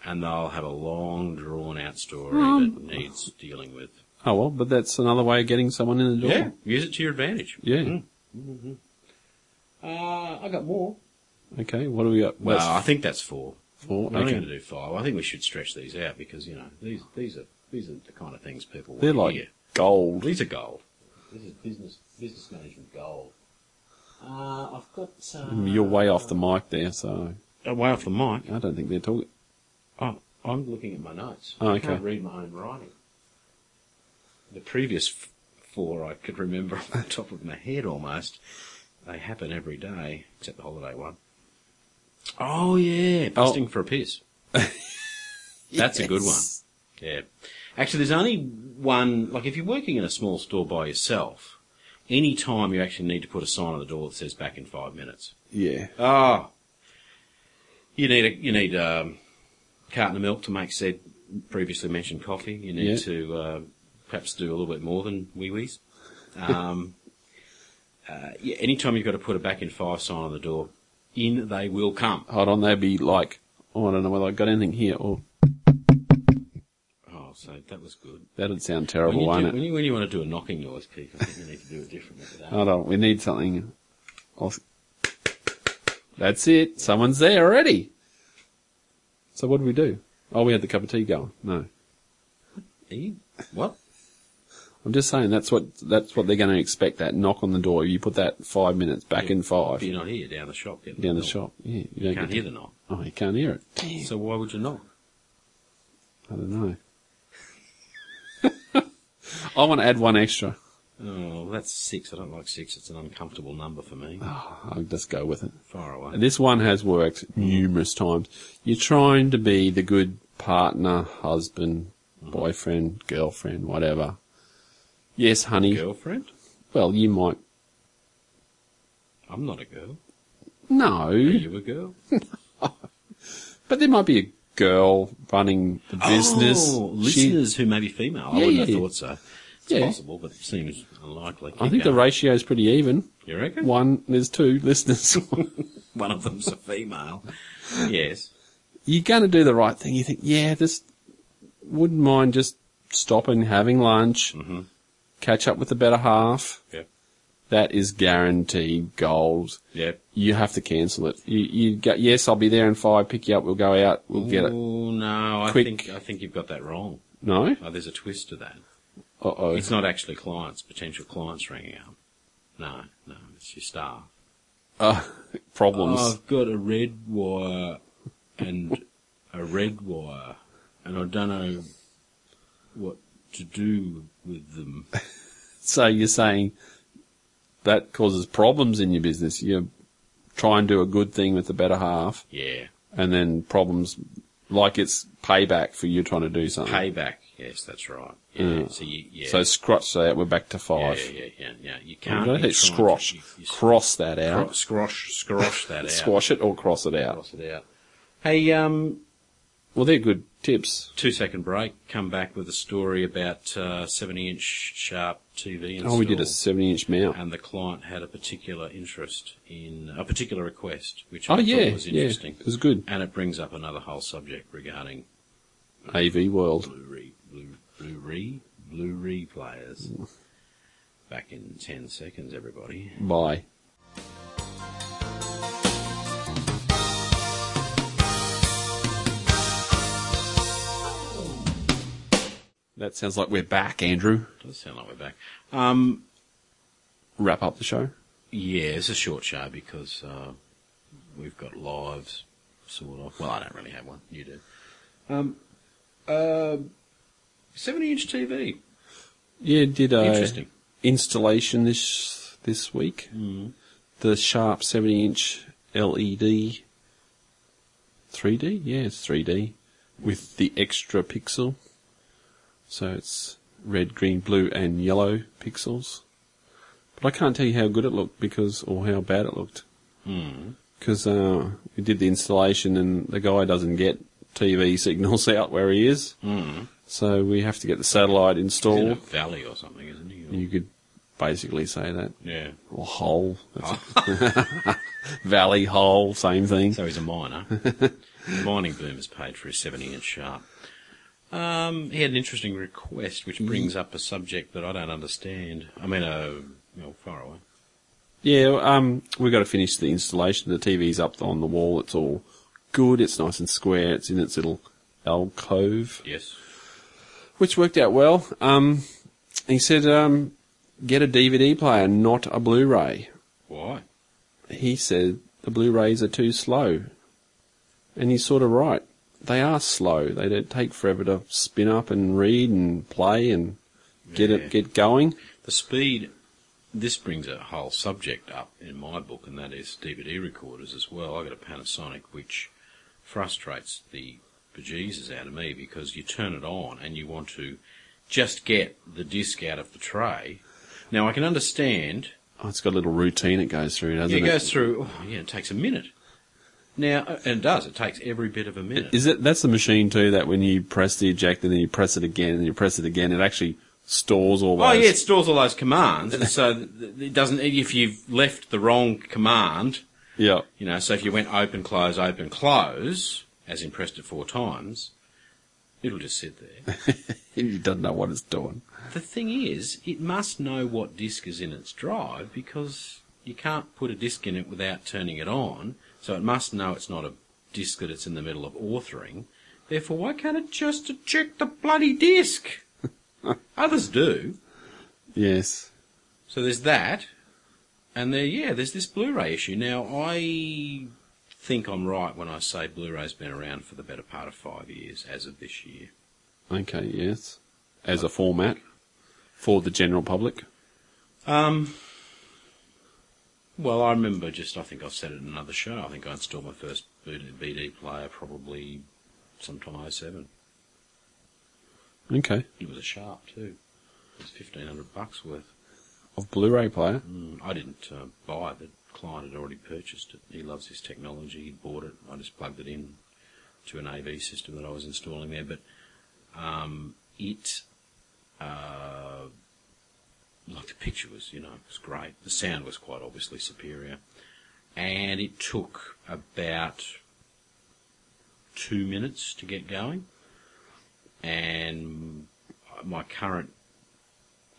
Speaker 1: and they'll have a long drawn out story that needs dealing with.
Speaker 2: Oh well, but that's another way of getting someone in the door.
Speaker 1: Yeah, use it to your advantage.
Speaker 2: Yeah.
Speaker 1: Mm. Mhm. Uh, I got more.
Speaker 2: Okay. What do we got?
Speaker 1: Well,
Speaker 2: That's
Speaker 1: I think that's four.
Speaker 2: four.
Speaker 1: I'm not
Speaker 2: Okay.
Speaker 1: going to do five. I think we should stretch these out because you know these these are these are the kind of things people want
Speaker 2: They're
Speaker 1: to
Speaker 2: like
Speaker 1: hear.
Speaker 2: gold.
Speaker 1: These are gold. This is business business management gold. Uh, I've got. Uh,
Speaker 2: You're way off the mic there, so
Speaker 1: Uh, way off the mic.
Speaker 2: I don't think they're talking.
Speaker 1: Oh, I'm looking at my notes.
Speaker 2: Oh,
Speaker 1: I
Speaker 2: okay.
Speaker 1: can't read my own writing. The previous f- four I could remember off the top of my head almost. They happen every day, except the holiday one. Oh yeah,
Speaker 2: Oh.
Speaker 1: busting for a piss. That's a good one.
Speaker 2: Yes.
Speaker 1: Yeah. Actually, there's only one, like if you're working in a small store by yourself, any time you actually need to put a sign on the door that says back in five minutes.
Speaker 2: Yeah.
Speaker 1: Ah. You need a, you need a carton of milk to make said previously mentioned coffee. You need
Speaker 2: Yeah.
Speaker 1: to uh, perhaps do a little bit more than wee wees. Um, uh, yeah, anytime you've got to put a back in five sign on the door, in they will come.
Speaker 2: Hold on, they'd be like, oh, I don't know whether I got anything here. Oh,
Speaker 1: Oh, so that was good.
Speaker 2: that'd sound
Speaker 1: When
Speaker 2: terrible,
Speaker 1: you, do,
Speaker 2: won't
Speaker 1: when,
Speaker 2: it?
Speaker 1: you, when you want to do a knocking noise, Keith, I think you need to do it differently today.
Speaker 2: Hold on, we need something. else. That's it. Someone's there already. So what did we do? Oh, we had the cup of tea going. No,
Speaker 1: Are you, what?
Speaker 2: I'm just saying that's what that's what they're going to expect. That knock on the door. You put that five minutes back in five
Speaker 1: If you're not here, down the shop. Getting
Speaker 2: down the
Speaker 1: knock.
Speaker 2: shop. Yeah, you
Speaker 1: You
Speaker 2: don't
Speaker 1: can't
Speaker 2: get
Speaker 1: hear
Speaker 2: to-
Speaker 1: the knock.
Speaker 2: Oh, you can't hear it. Damn.
Speaker 1: So why would you knock?
Speaker 2: I don't know. I want to add one extra.
Speaker 1: Oh, that's six. I don't like six. It's an uncomfortable number for me.
Speaker 2: Oh, I'll just go with it.
Speaker 1: Far away.
Speaker 2: This one has worked numerous times. You're trying to be the good partner, husband, boyfriend, girlfriend, whatever. Yes, honey.
Speaker 1: Girlfriend?
Speaker 2: Well, you might.
Speaker 1: I'm not a girl.
Speaker 2: No,
Speaker 1: Are you a girl?
Speaker 2: but there might be a girl running the business.
Speaker 1: Oh,
Speaker 2: She-
Speaker 1: listeners who may be female. I
Speaker 2: Yeah,
Speaker 1: wouldn't
Speaker 2: yeah,
Speaker 1: have
Speaker 2: yeah.
Speaker 1: thought so. It's
Speaker 2: Yeah.
Speaker 1: possible, but it seems unlikely.
Speaker 2: I think the ratio is pretty even.
Speaker 1: You reckon?
Speaker 2: One, there's two listeners.
Speaker 1: One of them's a female. yes.
Speaker 2: you're going to do the right thing. You think, yeah, this wouldn't mind just stopping, having lunch, catch up with the better half.
Speaker 1: Yep.
Speaker 2: That is guaranteed gold.
Speaker 1: Yep.
Speaker 2: You have to cancel it. You, you go, yes, I'll be there in five. Pick you up. We'll go out. We'll get it.
Speaker 1: Oh no, I
Speaker 2: Quick.
Speaker 1: think I think you've got that wrong.
Speaker 2: No.
Speaker 1: Oh, there's a twist to that.
Speaker 2: Uh oh.
Speaker 1: It's not actually clients, potential clients ringing up. No, no, it's your staff.
Speaker 2: Problems.
Speaker 1: I've got a red wire and a red wire, and I don't know what to do with them.
Speaker 2: so you're saying that causes problems in your business. You try and do a good thing with the better half,
Speaker 1: Yeah,
Speaker 2: and then problems like it's payback for you trying to do something.
Speaker 1: payback. Yes, that's right. Yeah.
Speaker 2: Mm.
Speaker 1: So you, yeah.
Speaker 2: So scratch that. We're back to
Speaker 1: yeah,
Speaker 2: five.
Speaker 1: yeah, yeah, yeah. You
Speaker 2: I'm
Speaker 1: can't
Speaker 2: going to
Speaker 1: be
Speaker 2: hit
Speaker 1: trying to-
Speaker 2: scrosh,
Speaker 1: you- you
Speaker 2: cross that
Speaker 1: scro-
Speaker 2: out,
Speaker 1: scrosh, scrosh that out.
Speaker 2: squash it or cross it out.
Speaker 1: Cross it out. Hey, um,
Speaker 2: Well, they're good tips.
Speaker 1: two second break. Come back with a story about uh, seventy inch sharp TV. Install.
Speaker 2: Oh, we did a seventy-inch mount.
Speaker 1: and the client had a particular interest in a particular request, which I
Speaker 2: Oh
Speaker 1: thought
Speaker 2: yeah,
Speaker 1: was
Speaker 2: yeah,
Speaker 1: interesting.
Speaker 2: it was good.
Speaker 1: And it brings up another whole subject regarding
Speaker 2: AV world.
Speaker 1: Blu-ray, Blu- Blu-ray, Blu-ray players. Back in ten seconds, everybody.
Speaker 2: Bye. That sounds like we're back, Andrew.
Speaker 1: Does sound like we're back. Um,
Speaker 2: Wrap up the show.
Speaker 1: yeah, it's a short show because uh, we've got lives, sort of. Well, I don't really have one. You do. Um, uh, seventy-inch TV.
Speaker 2: Oh, Yeah, did
Speaker 1: uh,
Speaker 2: a
Speaker 1: Interesting.
Speaker 2: installation this this week. Mm. The sharp seventy inch LED, three D. Yeah, it's three D with the extra pixel. So it's red, green, blue, and yellow pixels. But I can't tell you how good it looked because, or how bad it looked. Because uh, we did the installation and the guy doesn't get TV signals out where he is.
Speaker 1: Mm.
Speaker 2: So we have to get the satellite
Speaker 1: He's in a
Speaker 2: installed.
Speaker 1: valley or something, isn't he? Or-
Speaker 2: You could basically say that.
Speaker 1: yeah.
Speaker 2: Or hole. Valley, hole, same thing.
Speaker 1: So he's a miner. the mining boom has paid for his 70 inch sharp. Um, he had an interesting request, which brings up a subject that I don't understand. I mean, uh, you know, far away.
Speaker 2: yeah, um, we've got to finish the installation. The TV's up on the wall. It's all good. It's nice and square. It's in its little alcove,
Speaker 1: Yes.
Speaker 2: which worked out well. Um, he said, um, get a DVD player, not a Blu-ray.
Speaker 1: Why?
Speaker 2: he said the Blu-rays are too slow, and he's sort of right. They are slow. They don't take forever to spin up and read and play and get
Speaker 1: Yeah.
Speaker 2: it get going.
Speaker 1: The speed. This brings a whole subject up in my book, and that is DVD recorders as well. I got a Panasonic, which frustrates the bejesus out of me because you turn it on and you want to just get the disc out of the tray. Now I can understand
Speaker 2: Oh, it's got a little routine it goes through, doesn't
Speaker 1: Yeah,
Speaker 2: it?
Speaker 1: it goes through. Oh, yeah, it takes a minute. Now, uh, and it does. It takes every bit of a minute.
Speaker 2: Is it that's the machine too that when you press the eject and then you press it again and you press it again, it actually stores all those.
Speaker 1: oh, yeah, it stores all those commands, and so th- th- it doesn't. If you've left the wrong command,
Speaker 2: yeah.
Speaker 1: you know, so if you went open, close, open, close, as in pressed it four times, it'll just sit there.
Speaker 2: You don't know what it's doing.
Speaker 1: the thing is, it must know what disk is in its drive because you can't put a disk in it without turning it on. So it must know it's not a disk that it's in the middle of authoring. Therefore, why can't it just eject the bloody disk? Others do.
Speaker 2: Yes.
Speaker 1: So there's that, and there, yeah, there's this Blu-ray issue. Now, I think I'm right when I say Blu-ray's been around for the better part of five years as of this year.
Speaker 2: Okay. Yes. As a format for the general public.
Speaker 1: Um, well, I remember just, I think I've said it in another show, I think I installed my first BD BD player probably sometime 07.
Speaker 2: Okay.
Speaker 1: It was a Sharp too. It was 1500 bucks worth.
Speaker 2: Of Blu-ray player.
Speaker 1: Mm, I didn't uh, buy it, the client had already purchased it. He loves his technology, he bought it, I just plugged it in to an AV system that I was installing there, but um, it, uh, like the picture was, you know, it was great. The sound was quite obviously superior. And it took about two minutes to get going. And my current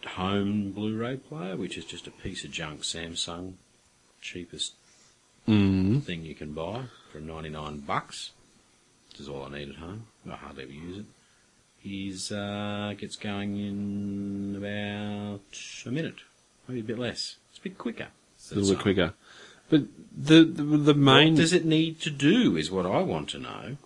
Speaker 1: home Blu-ray player, which is just a piece of junk Samsung, cheapest
Speaker 2: Mm.
Speaker 1: thing you can buy for 99 bucks, which is all I need at home. I hardly ever use it. He's uh, gets going in about a minute, maybe a bit less. It's a bit quicker.
Speaker 2: a little bit quicker. But the the, the main
Speaker 1: What does it need to do is what I want to know.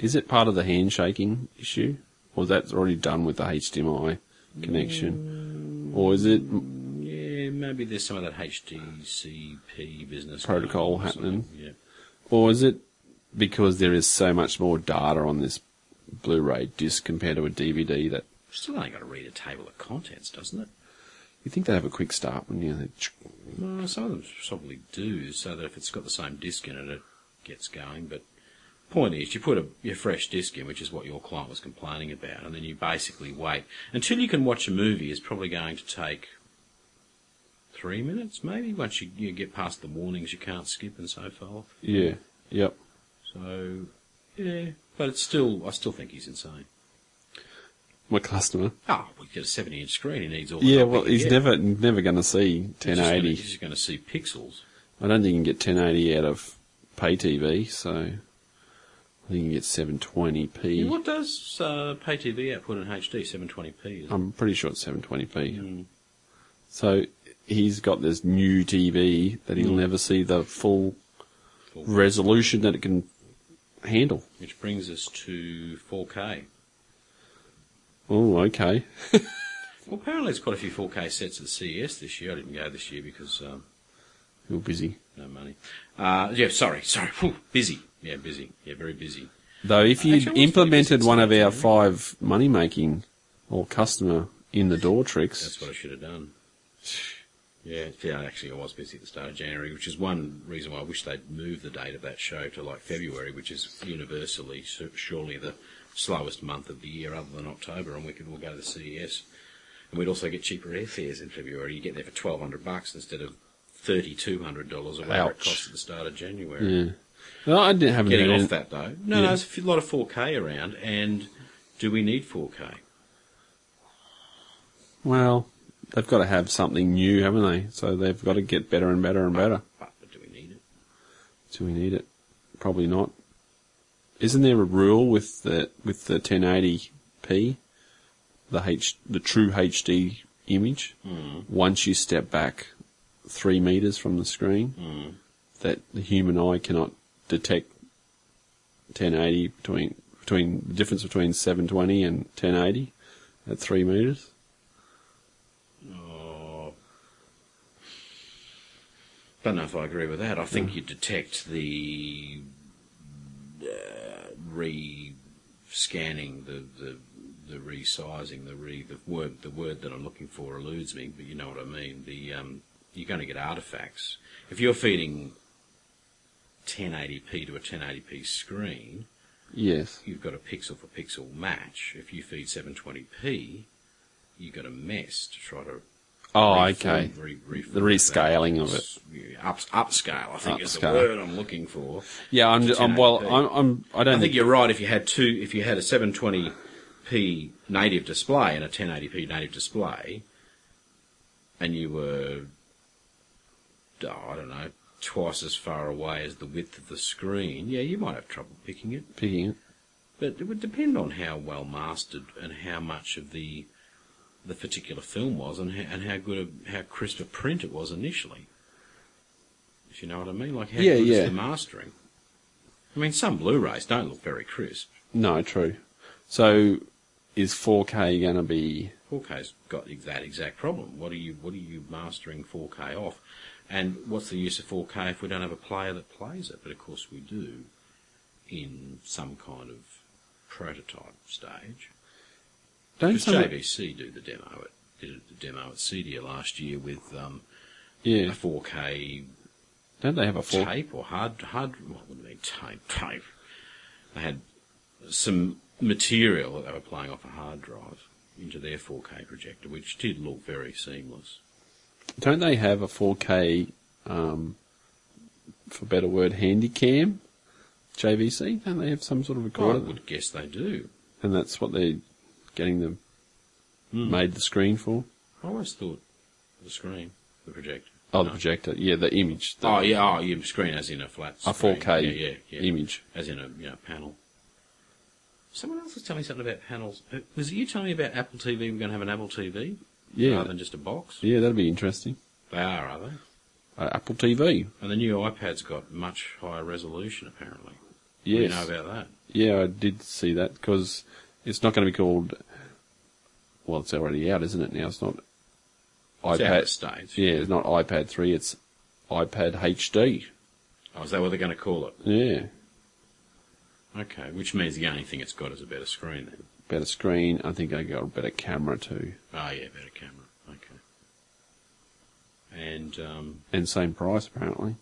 Speaker 2: is it part of the handshaking issue, or that's already done with the HDMI connection, or is it m-
Speaker 1: Yeah, maybe there's some of that HTCP business
Speaker 2: Protocol
Speaker 1: going on or
Speaker 2: happening.
Speaker 1: something, Yeah.
Speaker 2: or is it because there is so much more data on this Blu-ray disc compared to a DVD that
Speaker 1: Still only got to read a table of contents, doesn't it?
Speaker 2: you think they have a quick start when you
Speaker 1: Well, some of them probably do, so that if it's got the same disc in it, it gets going. But point is, you put a your fresh disc in, which is what your client was complaining about, and then you basically wait until you can watch a movie. Is probably going to take three minutes, maybe. Once you, you get past the warnings, you can't skip and so forth.
Speaker 2: yeah yep
Speaker 1: So yeah, but it's still I still think he's insane.
Speaker 2: my customer
Speaker 1: Oh, we get a seventy-inch screen. He needs all. The
Speaker 2: Ah. yeah
Speaker 1: help he
Speaker 2: well
Speaker 1: can
Speaker 2: he's
Speaker 1: get.
Speaker 2: never never going to see
Speaker 1: He's just gonna-
Speaker 2: 1080.
Speaker 1: He's just going to see pixels.
Speaker 2: I don't think you can get 1080 out of pay TV, so I I think you get 720p.
Speaker 1: Yeah, what does uh, pay TV output in HD? 720p. Is it?
Speaker 2: I'm pretty sure it's 720p.
Speaker 1: Hmm.
Speaker 2: So he's got this new TV that he'll never see the full
Speaker 1: Hmm. Full.
Speaker 2: resolution that it can handle.
Speaker 1: Which brings us to 4K.
Speaker 2: Oh, okay.
Speaker 1: Well, apparently there's quite a few 4K sets at CES this year. I didn't go this year because um,
Speaker 2: You're busy.
Speaker 1: no money. Uh, yeah, sorry, sorry. Phew, busy. Yeah, busy. Yeah, very busy.
Speaker 2: Though if
Speaker 1: Actually, I
Speaker 2: you
Speaker 1: was pretty
Speaker 2: implemented
Speaker 1: busy
Speaker 2: one of
Speaker 1: today,
Speaker 2: our
Speaker 1: too.
Speaker 2: five money making or customer in the door tricks,
Speaker 1: That's what I should have done. Yeah, yeah. Actually, I was busy at the start of January, which is one reason why I wish they'd moved the date of that show to like February, which is universally su- surely the slowest month of the year, other than October, and we could all go to the CES, and we'd also get cheaper airfares in February. You get there for twelve hundred bucks instead of thirty two hundred dollars or whatever it
Speaker 2: Ouch.
Speaker 1: costs at the start of January.
Speaker 2: yeah. No, I didn't have
Speaker 1: Getting
Speaker 2: any-
Speaker 1: off that though, no,
Speaker 2: Yeah.
Speaker 1: no, there's a few- lot of four K around, and do we need four K?
Speaker 2: Well, they've got to have something new, haven't they? So they've got to get better and better and better.
Speaker 1: But do we need it?
Speaker 2: Do we need it? Probably not. Isn't there a rule with the with the 1080p, the H the true HD image? Mm. Once you step back three meters from the screen, that the human eye cannot detect 1080 between between the difference between 720 and 1080 at three meters.
Speaker 1: Oh, don't know if I agree with that. I think you detect the uh, re-scanning, the the the resizing, the re the word the word that I'm looking for eludes me, but you know what I mean. The um, you're going to get artifacts if you're feeding 1080p to a 1080p screen.
Speaker 2: Yes.
Speaker 1: You've got a pixel for pixel match. If you feed 720p, you've got a mess to try to
Speaker 2: Oh,
Speaker 1: Reform-
Speaker 2: okay.
Speaker 1: re- reform
Speaker 2: The rescaling of it.
Speaker 1: Yeah, Up, upscale, I think, is the
Speaker 2: Upscale.
Speaker 1: word I'm looking for.
Speaker 2: Yeah, I'm. Just, I'm well,
Speaker 1: 1080p.
Speaker 2: I'm. I'm I don't
Speaker 1: I think you're right. If you had two, if you had a 720p native display and a 1080p native display, and you were, oh, I don't know, twice as far away as the width of the screen, yeah, you might have trouble picking it.
Speaker 2: picking it.
Speaker 1: But it would depend on how well mastered and how much of the the particular film was, and how, and how good, a, how crisp a print it was initially. If you know what I mean, like how
Speaker 2: Yeah,
Speaker 1: good
Speaker 2: yeah.
Speaker 1: is the mastering? I mean, some Blu-rays don't look very crisp.
Speaker 2: No, true. So, is 4K going to be?
Speaker 1: 4K's got that exact problem. What are you what are you mastering 4K off? And what's the use of 4K if we don't have a player that plays it? But of course we do, in some kind of prototype stage.
Speaker 2: Don't
Speaker 1: Because
Speaker 2: some
Speaker 1: JVC do the demo at did the demo at CEDIA last year with um, a
Speaker 2: yeah?
Speaker 1: 4K
Speaker 2: Don't they have a 4?
Speaker 1: tape or hard hard what would it be tape tape? They had some material that they were playing off a hard drive into their 4K projector, which did look very seamless.
Speaker 2: Don't they have a 4K, um, for better word, handycam? JVC? Don't they have some sort of
Speaker 1: I
Speaker 2: recorder?
Speaker 1: would guess they do.
Speaker 2: and that's what they're getting them
Speaker 1: Hmm.
Speaker 2: made the screen for.
Speaker 1: I always thought the screen, the projector.
Speaker 2: Oh, the
Speaker 1: No.
Speaker 2: projector. Yeah, the image. The,
Speaker 1: Oh yeah, oh, yeah, screen as in a flat.
Speaker 2: A
Speaker 1: screen.
Speaker 2: 4K
Speaker 1: Yeah, yeah, yeah.
Speaker 2: image.
Speaker 1: as in a you know panel. Someone else was telling me something about panels. Uh, Was it you telling me about Apple TV? We're going to have an Apple TV
Speaker 2: Yeah,
Speaker 1: rather than just a box.
Speaker 2: yeah, that'd be interesting.
Speaker 1: They are, are they?
Speaker 2: Uh, Apple TV.
Speaker 1: And the new iPad's got much higher resolution apparently.
Speaker 2: Yes.
Speaker 1: What do you know about that?
Speaker 2: Yeah, I did see that because it's not going to be called. Well, it's already out, isn't it? Now it's not
Speaker 1: It's out
Speaker 2: iPad.
Speaker 1: of States.
Speaker 2: yeah, it's not iPad three. It's iPad HD.
Speaker 1: Oh, is that what they're going to call it?
Speaker 2: Yeah,
Speaker 1: Okay, which means the only thing it's got is a better screen then.
Speaker 2: better screen. I think I got a better camera too,
Speaker 1: Oh yeah, better camera. Okay. And um,
Speaker 2: and same price apparently.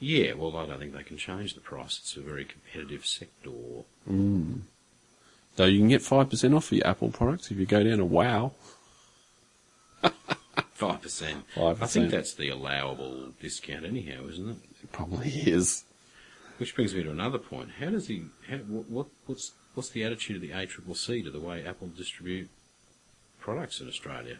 Speaker 1: yeah, well, I don't think they can change the price. It's a very competitive sector.
Speaker 2: Though you can get five percent off for your Apple products if you go down to Wow.
Speaker 1: Five percent.
Speaker 2: 5%.
Speaker 1: I think that's the allowable discount, anyhow, isn't it?
Speaker 2: It probably is.
Speaker 1: Which brings me to another point. How does the how, what, what what's what's the attitude of the ACCC to the way Apple distribute products in Australia?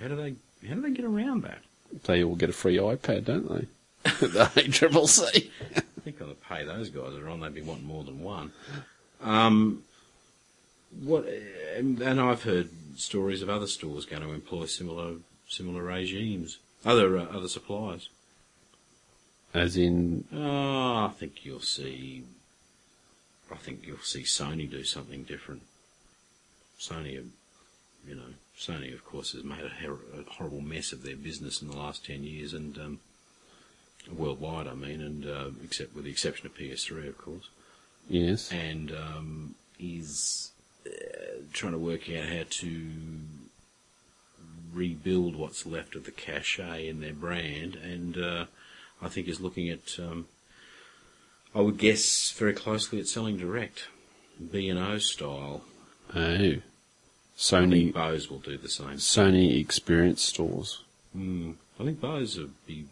Speaker 1: How do they how do they get around that?
Speaker 2: They all get a free iPad, don't they? the ACCC.
Speaker 1: I think on the pay those guys are on, they'd be wanting more than one. Um, what? And and I've heard stories of other stores going to employ similar similar regimes, other uh, other suppliers.
Speaker 2: As in,
Speaker 1: Uh, I think you'll see. I think you'll see Sony do something different. Sony, um, you know, Sony, of course, has made a, hor- a horrible mess of their business in the last ten years, and um, worldwide, I mean, and uh, except with the exception of PS3, of course
Speaker 2: yes.
Speaker 1: and um, is uh, trying to work out how to rebuild what's left of the cachet in their brand, and uh, I think is looking at, um, I would guess, very closely at selling direct, B and O style.
Speaker 2: Oh.
Speaker 1: I think
Speaker 2: Sony,
Speaker 1: Bose will do the same.
Speaker 2: Sony experience stores.
Speaker 1: Mm. I think Bose would be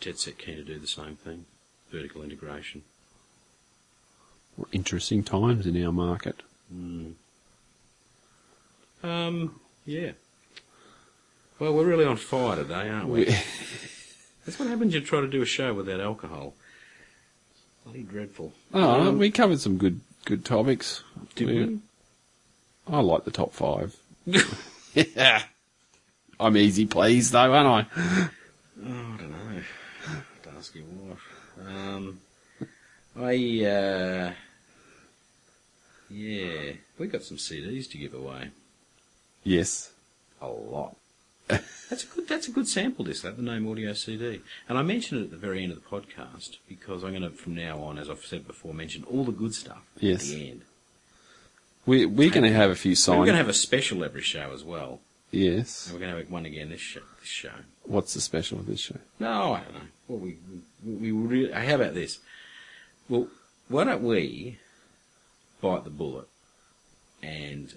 Speaker 1: dead set keen to do the same thing, vertical integration.
Speaker 2: Interesting times in our market.
Speaker 1: Um, yeah. Well, we're really on fire today,
Speaker 2: Oh,
Speaker 1: aren't we? That's what happens. You try to do a show without alcohol. Bloody dreadful.
Speaker 2: oh, no, we covered some good good topics.
Speaker 1: Did
Speaker 2: I like the top five.
Speaker 1: we?
Speaker 2: Yeah. I'm easy pleased though, aren't I?
Speaker 1: Oh, I don't know. Have to ask your wife. Um, I uh, yeah, we got some CDs to give away.
Speaker 2: Yes.
Speaker 1: A lot. That's a good. That's a good sample. This, that the name audio CD, and I mentioned it at the very end of the podcast because I'm going to, from now on, as I've said before, mention all the good stuff
Speaker 2: Yes.
Speaker 1: at the end.
Speaker 2: We we're gonna have a few
Speaker 1: So we're
Speaker 2: signs.
Speaker 1: going to have a special every show as well,
Speaker 2: yes.
Speaker 1: and we're going to have one again this show. This show.
Speaker 2: What's the special of this show?
Speaker 1: No, I don't know. Well, we we, we really, how about this? Well, why don't we bite the bullet and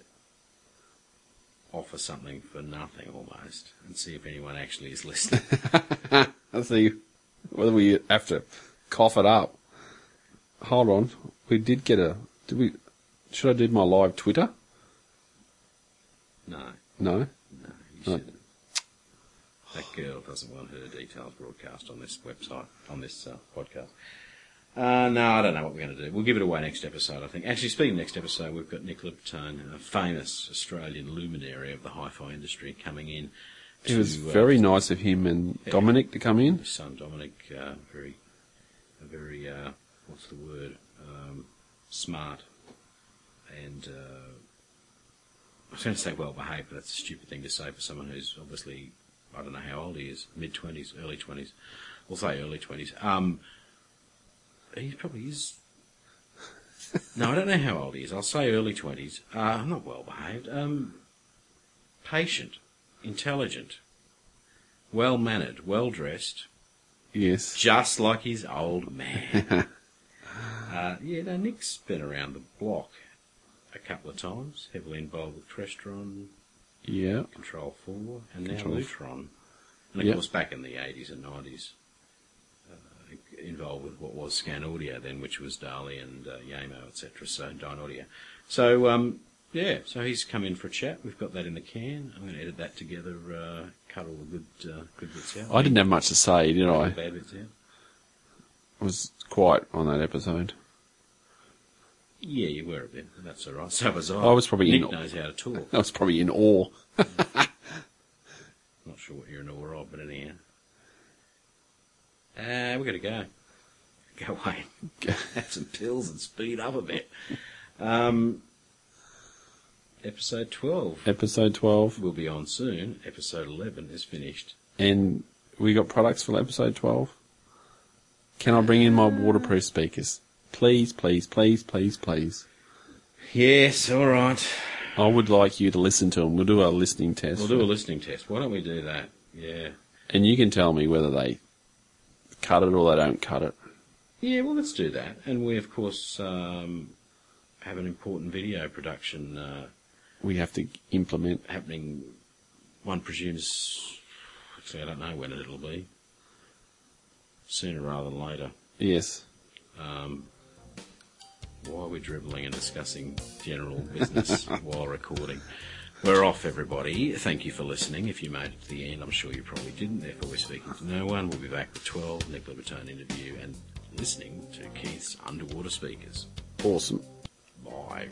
Speaker 1: offer something for nothing almost, and see if anyone actually is listening.
Speaker 2: Let's see whether we have to cough it up. Hold on. We did get a did we should I do my live Twitter?
Speaker 1: no, no,
Speaker 2: No.
Speaker 1: you
Speaker 2: No.
Speaker 1: shouldn't. That girl doesn't want her details broadcast on this website, on this uh, podcast. Uh, no, I don't know what we're going to do. We'll give it away next episode, I think. Actually, speaking of next episode, we've got Nick Libertone, a famous Australian luminary of the hi-fi industry, coming in.
Speaker 2: It was
Speaker 1: to, uh,
Speaker 2: very nice of him and
Speaker 1: yeah.
Speaker 2: Dominic to come in.
Speaker 1: his son Dominic, uh, very, a very, uh, what's the word, um, smart and, uh, I was going to say well behaved, but that's a stupid thing to say for someone who's obviously, I don't know how old he is, mid 20s, early 20s. We'll say early 20s. Um, he probably is. No, I don't know how old he is. I'll say early 20s. Uh, not well behaved. Um, patient, intelligent, well mannered, well dressed,
Speaker 2: Yes.
Speaker 1: just like his old man. uh, yeah, no, Nick's been around the block a couple of times, heavily involved with Crestron,
Speaker 2: Yeah.
Speaker 1: Control 4, and
Speaker 2: Control.
Speaker 1: now Lutron. And of
Speaker 2: Yep.
Speaker 1: course, back in the 80s and 90s, uh, involved with what was Scan Audio then, which was Dali and uh, Yamo, etc., so Dyn Audio. So, um, yeah, so he's come in for a chat. We've got that in the can. I'm going to edit that together, uh, cut all the good, uh, good bits out.
Speaker 2: I didn't have much to say, did I?
Speaker 1: Bad bits out.
Speaker 2: I was quiet on that episode.
Speaker 1: Yeah, you were a bit. That's all right. So was I.
Speaker 2: I was probably
Speaker 1: Nick
Speaker 2: in-
Speaker 1: knows how to talk.
Speaker 2: I was probably in awe.
Speaker 1: Not sure what you're in awe of, but anyhow. Uh, we're going to go. Go away. Have some pills and speed up a bit. Um, episode 12
Speaker 2: Episode 12.
Speaker 1: will be on soon. Episode 11 is finished.
Speaker 2: And we got products for episode 12. Can I bring in my waterproof speakers? Please, please, please, please, please.
Speaker 1: Yes, all right.
Speaker 2: I would like you to listen to them. We'll do a listening test.
Speaker 1: We'll do a listening test. Why don't we do that? Yeah.
Speaker 2: and you can tell me whether they cut it or they don't cut it.
Speaker 1: Yeah, well, let's do that. And we, of course, um, have an important video production. Uh,
Speaker 2: We have to implement.
Speaker 1: happening. One presumes. Actually, I don't know when it'll be. Sooner rather than later.
Speaker 2: Yes.
Speaker 1: Um, while we're dribbling and discussing general business while recording, we're off, everybody. Thank you for listening. If you made it to the end, I'm sure you probably didn't. Therefore, we're speaking to no one. We'll be back at 12. Nick Libertone interview and listening to Keith's underwater speakers.
Speaker 2: Awesome.
Speaker 1: Bye.